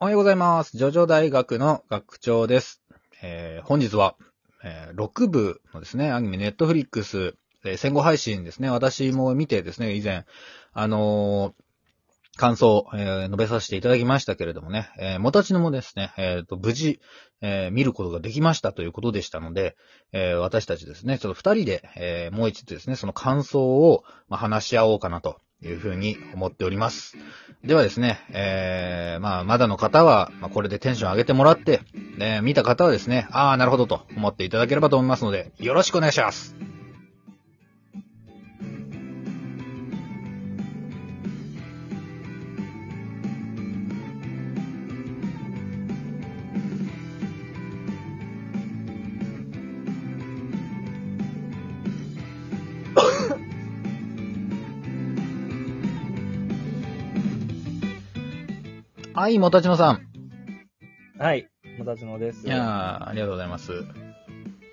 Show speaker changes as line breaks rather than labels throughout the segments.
おはようございます。ジョジョ大学の学長です。えー本日は、えー6部のですね、アニメネットフリックス、えー戦後配信ですね、私も見てですね、以前、あのー感想を、えー述べさせていただきましたけれどもね、えー、もたちのもですね、えーと、無事、えー見ることができましたということでしたので、えー私たちですね、ちょっと二人で、えーもう一度ですね、その感想を、まあ話し合おうかなというふうに思っております。ではですね、えー、まあ、まだの方は、まあ、これでテンション上げてもらって、ね、見た方はですね、ああ、なるほどと思っていただければと思いますので、よろしくお願いします。はい、もたちのさん。
はい、もたちのです。
いやー、ありがとうございます。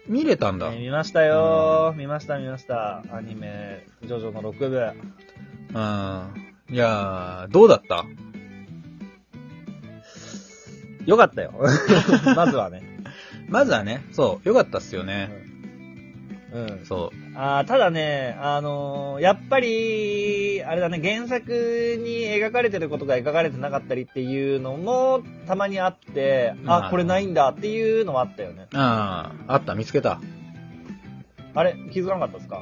見れたん
え
だ。
ー見ましたよー、見ました見ました。アニメ、ジョジョの6部。
うん。いやー、どうだった
よかったよ。 まずは ね。
まずはね、そう、よかったっすよ
う
ね。
ん。
そ
あーただね、あのーやっぱり、あれだね、原作に描かれてることが描かれてなかったりっていうのも、たまにあって、
う
あ
ん、
これないんだっていうのはあったよね。
う。ああ、あった、見つけた。
あれ、気づかなかったですか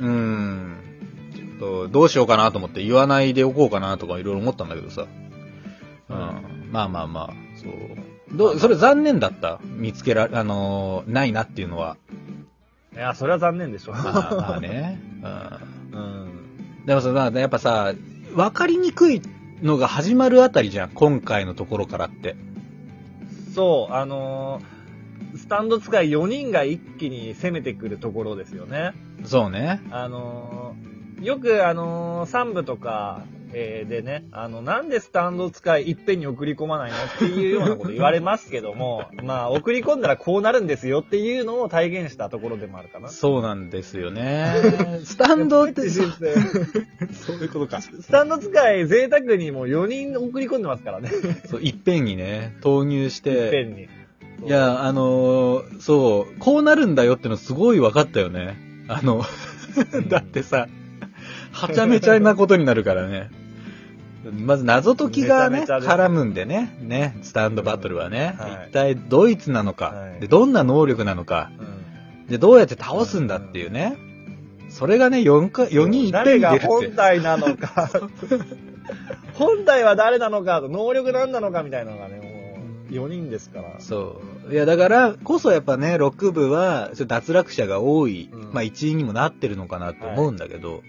うーん。ちょっと、どうしようかなと思って言わないでおこうかなとかいろいろ思ったんだけどさ。うん。まあまあまあ、そう。どう、それ残念だった見つけら、あのーないなっていうのは。
いや、それは残念でしょ。
まあまあね。
う
う
ん。
ん。でもさ、だやっぱさ、わかりにくいのが始まるあたりじゃん。今回のところからって。
そう、あのースタンド使い4人が一気に攻めてくるところですよね。
そうね。
あのーよくあのー、3部とか、えーでね、あの、なんでスタンド使いいっぺんに送り込まないのっていうようなこと言われますけども、 まあ、送り込んだらこうなるんですよっていうのを体現したところでもあるかな。
そうなんですよ ね。スタンドっ て、そういうことか。
スタンド使い贅沢にもう4人送り込んでますからね、
そう、いっぺんにね、投入して。
いっぺんに。
いや、あのーそう、こうなるんだよってのすごい分かったよね。あの、 だってさ、はちゃめちゃなことになるからね。まず謎解きがね、
めちゃめちゃです
絡むんでね、ね、スタンドバトルはね、
うんはい
一体ドイツなのか、
はい
で、どんな能力なのか、
うん、
で、どうやって倒すんだっていうね。それがね、4, か4人いっぺんに
誰
出る
が
って
本。体なの か、本体は誰なのか、能力何なのかみたいなのがね、もう4人ですから。
そう。いや、だから、こそやっぱね、6部は、ちょっと脱落者が多い、
うん
まあ一因にもなってるのかなと思うんだけど、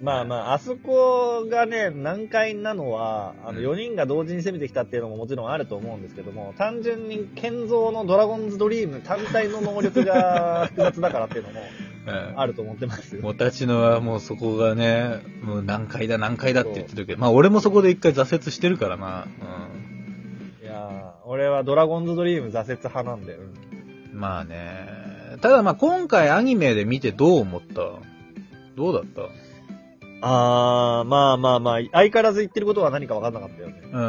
まあまあ、あそこがね、難解なのは、あの、
うん
4人が同時に攻めてきたっていうのももちろんあると思うんですけども、単純に、建造のドラゴンズドリーム単体の能力が複雑だからっていうのも
うん
あると思ってますよ。
もたちのはもうそこがね、もう何回だ何回だって言ってるけど、まあ俺もそこで一回挫折してるからな。
いやー俺はドラゴンズドリーム挫折派なんで。うん
うん。まあね。ただまあ今回アニメで見てどう思ったどうだった
あー、まあまあまあ、相変わらず言ってることは何か分かんなかったよね。
う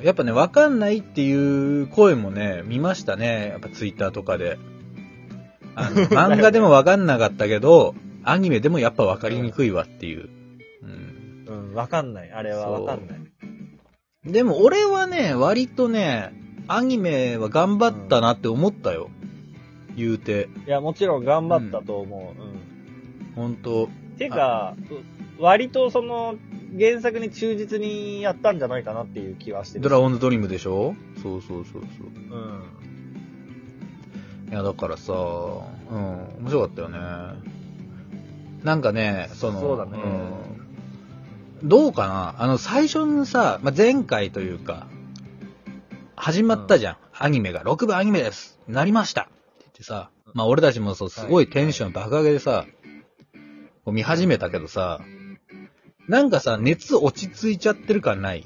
ん。やっぱね、わかんないっていう声もね、見ましたね。やっぱツイッターとかで。あの漫画でもわかんなかったけど、アニメでもやっぱわかりにくいわっていう。うん
うん、分かんない。あれは分かんない。
でも俺はね、割とね、アニメは頑張ったなって思ったよ。言うて。
いや、もちろん頑張ったと思う。うん
ほんと。
てか、う割とその、原作に忠実にやったんじゃないかなっていう気はしてる。
ドラゴンズドリームでしょそうそうそうそう。
うん。
いや、だからさ、うん、面白かったよね。なんかね、その、
そうだ
う
ね
んどうかなあの、最初にさ、まあ、前回というか、始まったじゃん。アニメが。6部アニメです。なりました。って言ってさ、まあ、俺たちもそう、すごいテンション爆上げでさ、こう見始めたけどさ、なんかさ、熱落ち着いちゃってる感ない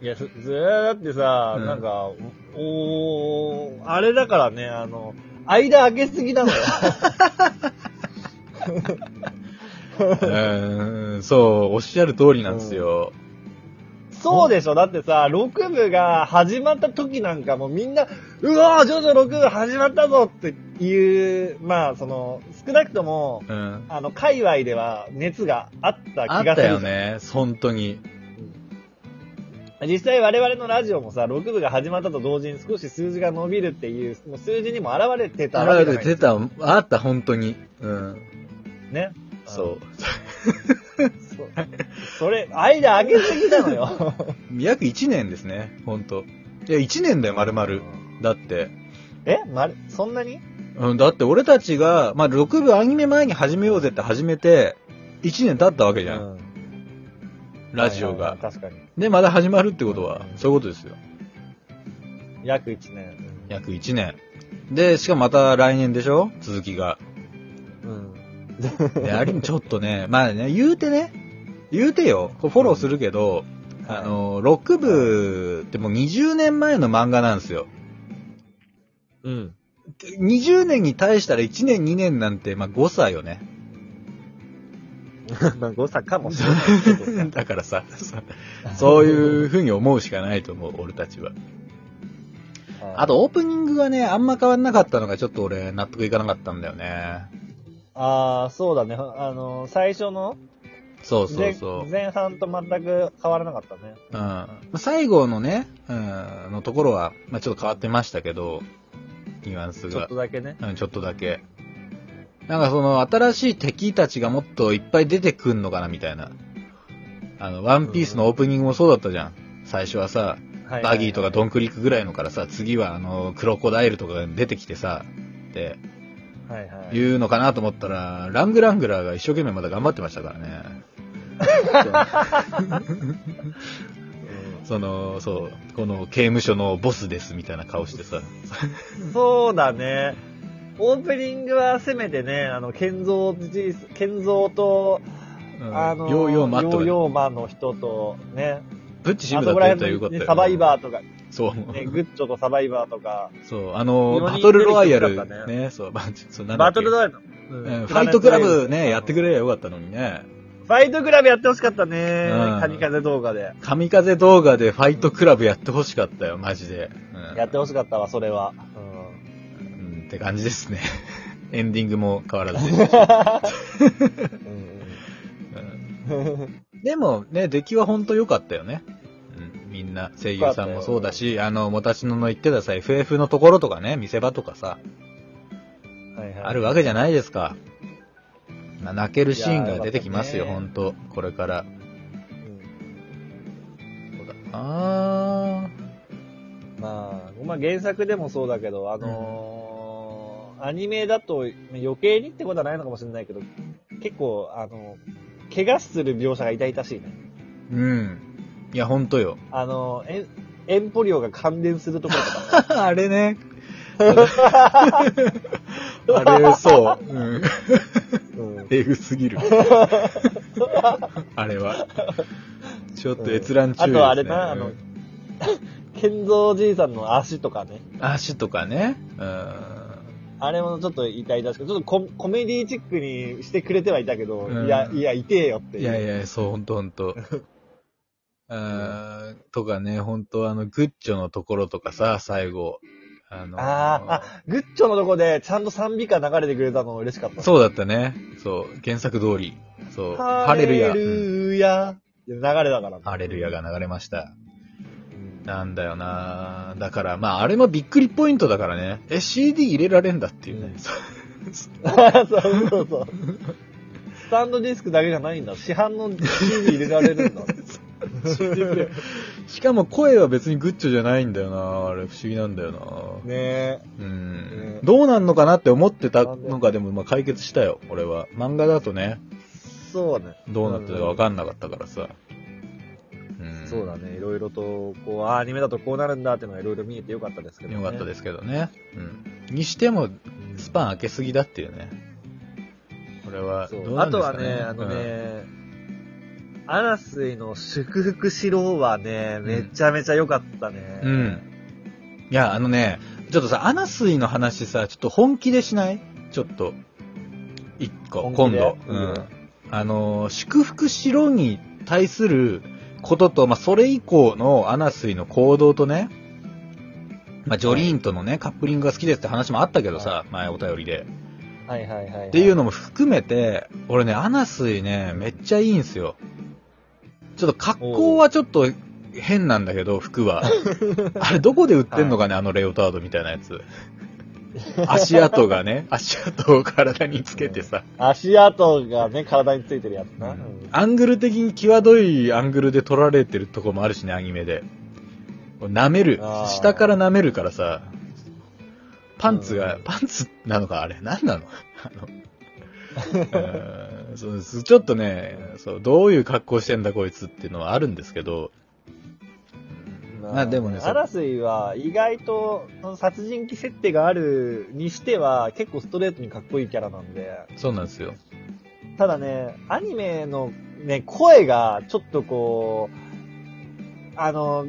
いや、ずずーだってさ、
うん
なんか、おおあれだからね、あの、間開けすぎな のよ。
うーんそう、おっしゃる通りなんですよ。
そうでしょ。だってさ、6部が始まった時なんかもうみんな、うわー、ジョジョ6部始まったぞっていう、まあ、その、少なくとも、
うん。
あの、界隈では熱があった
あ
気
っ
がす
た
る
よね、本当に。
実際我々のラジオもさ、6部が始まったと同時に少し数字が伸びるっていう、もう数字にも現れてたわけじゃない
出た、あった、本当に。うん。
ね。
そう。
うん。そうそれ、間開けすぎなのよ。
約1年ですね、本当いや、1年だよ、丸々。だって。
えまる、そんなに
うん、だって俺たちが、まあ、6部アニメ前に始めようぜって始めて、1年経ったわけじゃん、
うん
ラジオ
はいはいは
が
い。確かに。
で、まだ始まるってことは、そういうことですよ。
約1年。
約1年。で、しかもまた来年でしょ続きが。
うん。
で、ありちょっとね、 まあね、言うてね、言うてよ、フォローするけど、あの、ロック部ってもう20年前の漫画なんですよ。
うん。
20年に対したら1年2年なんて、まあ誤差よね。
まあ誤差かもしれないけどさ
だからさ、 そういうふうに思うしかないと思う、俺たちは。
はい
あと、オープニングがね、あんま変わんなかったのがちょっと俺、納得いかなかったんだよね。
ああ、そうだね。あの、最初の
そうそう
前
そう。
前半と全く変わらなかったね。
うん最後のね、うん、のところは、まあ、ちょっと変わってましたけど、ニュアンス
ちょっ
が
と。だけね。
うん、ちょっとだけ。なんかその、新しい敵たちがもっといっぱい出てくんのかな、みたいな。あの、ワンピースのオープニングもそうだったじゃん。最初はさ、
はい
バギーとかドンクリックぐらいのからさ、次はあの、クロコダイルとかが出てきてさ、って
はいはい。
言うのかなと思ったら、ラングラングラーが一生懸命まだ頑張ってましたからね。 その、そう、この刑務所のボスですみたいな顔してさ。
うんそうだね。オープニングはせめてね、あの、建造、建造と、
うん
あの、
ヨーヨーマット
ヨ
が
ーヨーマンの人と、ね、
プッチシ
あ
ム
そ
だっ
こ
た
ら
やつは
辺
よか
の
った
ね
よ。
サバイバーとか、
そう。
ね、グッチョとサバイバーとか、
そう、あの、
四人
バトルロワイヤ
出て
ル
きたか、った
ね、そう、バそうなんだっ
バ
け
トルドライブ、
うん
うん
ファイトクラブ
プラネットウェ
ね、
ブ
やってくれりゃよかったのにね。
ファイトクラブやってほしかったね
うん。
カニ風動画で。
神風動画でファイトクラブやってほしかったよ、マジで。うん
やってほしかったわ、それは。
うんって感じですね。 エンディングも変わらず。
うん。
うんでもね、出来は本当良かったよね。うん、みんな、声優さんもそうだし、あの、もたちのの言ってたさ、FF のところとかね、見せ場とかさ、
はいはい
あるわけじゃないですか。まあ泣けるシーン
いやー
が出てきますよ、
よかった
本
ね
当これから。
うん
そうだな
まあ、まあ原作でもそうだけど、あのーアニメだと余計にってことはないのかもしれないけど、結構、あの、怪我する描写が痛々しいね。
うん。いや、本当よ。
あの、エンエンポリオが感電するところと か。
あれ ね。あれ、そう。うん。
うん
えぐすぎ る。あれは。ちょっと閲覧注意です、ね
あとあれなあの 健三おじいさんの足とかね。
足とかね。うん。
あれもちょっと痛いだしく、ちょっとココメディチックにしてくれてはいたけど、
うん
いや、いや、痛えよっていう。
いやいや、そう、ほんと ほんと。あーとかね、ほんとあの、グッチョのところとかさ、最後。あの
あーあ、グッチョのとこでちゃんと賛美歌流れてくれたの嬉しかった。
そうだったね。そう、原作通り。そう、ハ
ハ
レ
レ
ル
ルヤ。
ヤ。
ハレ
うん
ルヤ。流れだから。
ハレルヤが流れました。
うん。
なんだよなだから、まあ、あれもびっくりポイントだからね。え、CD 入れられんだっていうね。
うん
そう
そうそうそう。スタンドディスクだけじゃないんだ。市販の CD 入れられる んだ。
しかも声は別にグッチョじゃないんだよなあれ不思議なんだよな
ねえ。
うん
ね
どうなんのかなって思ってたのがでもまあ解決したよ、俺は。漫画だとね、
そうね。
どうなってたか分かんなかったからさ。うん。
そうだね。いろいろと、こう、あアニメだとこうなるんだっていうのがいろいろ見えてよかったですけど、ね。。
よかったですすけどね。うん。にしても、スパン開けすぎだっていうね。これは、
そ
ど
う
うな
あ
ん
と
です
は
かね。
ね、あのね、アラスイの祝福しろはね、めちゃめちゃ良かったね。
うん。うん。いや、あのね、ちょっとさ、アナスイの話さ、ちょっと本気でしないちょっと、一個、
本
今
気で
度。うん。あのー、祝福しろに対することと、まあ、それ以降のアナスイの行動とね、まあ、ジョリーンとのね、カップリングが好きですって話もあったけどさ、前お便りで。
はいはいはい、はい。
っていうのも含めて、俺ね、アナスイね、めっちゃいいんすよ。ちょっと格好はちょっと変なんだけど、服 は。あれ、どこで売ってんのかね、あのレオタードみたいなやつ。足跡がね、足跡を体につけてさ、
足跡がね、体についてるやつな。うん
アングル的に際どいアングルで撮られてるとこもあるしね、アニメで。舐める
あー。
下から舐めるからさ、パンツが、
うん
パンツなのかあれ何なのあ の、うーんそうですちょっとね、そう、どういう格好してんだこいつっていうのはあるんですけど、まあでもねそう
アラスイは意外とその殺人鬼設定があるにしては結構ストレートにかっこいいキャラなんで、
そうなんですよ。
ただね、アニメのね、声がちょっとこう、あの、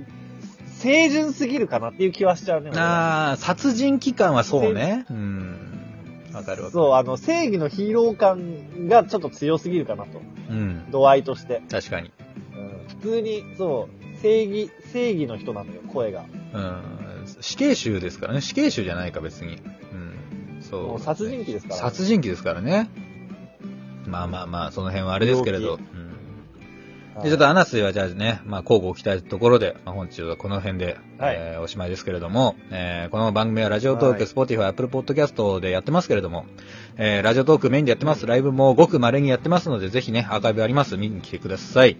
清純すぎるかなっていう気はしちゃうね。俺は
あー、殺人鬼感はそうね。うん。わかるわかる。
そう、あの、正義のヒーロー感がちょっと強すぎるかなと。
うん。
度合いとして。
確かに。
うん普通に、そう、正義、正義の人なのよ、声が。
うん。死刑囚ですからね。死刑囚じゃないか別に。うん。そう。
もう殺人鬼ですから。
殺人鬼ですからね。まあまあまあ、その辺はあれですけれど。うんで、ちょっとアナスイはじゃあね、まあ、交互を期待ところで、まあ、本日はこの辺で、
はい
えーおしまいですけれども、えーこの番組はラジオトー
はい
ク、スポティファイ、アップルポッドキャストでやってますけれども、えーラジオトークメインでやってます。ライブもごく稀にやってますので、ぜひね、アーカイブあります。見に来てください。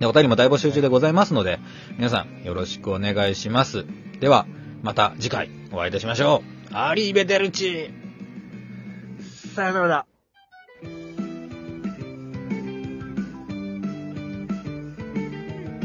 で、お便りも大募集中でございますので、皆さんよろしくお願いします。では、また次回お会いいたしましょう。アリーベデルチ
さよなら。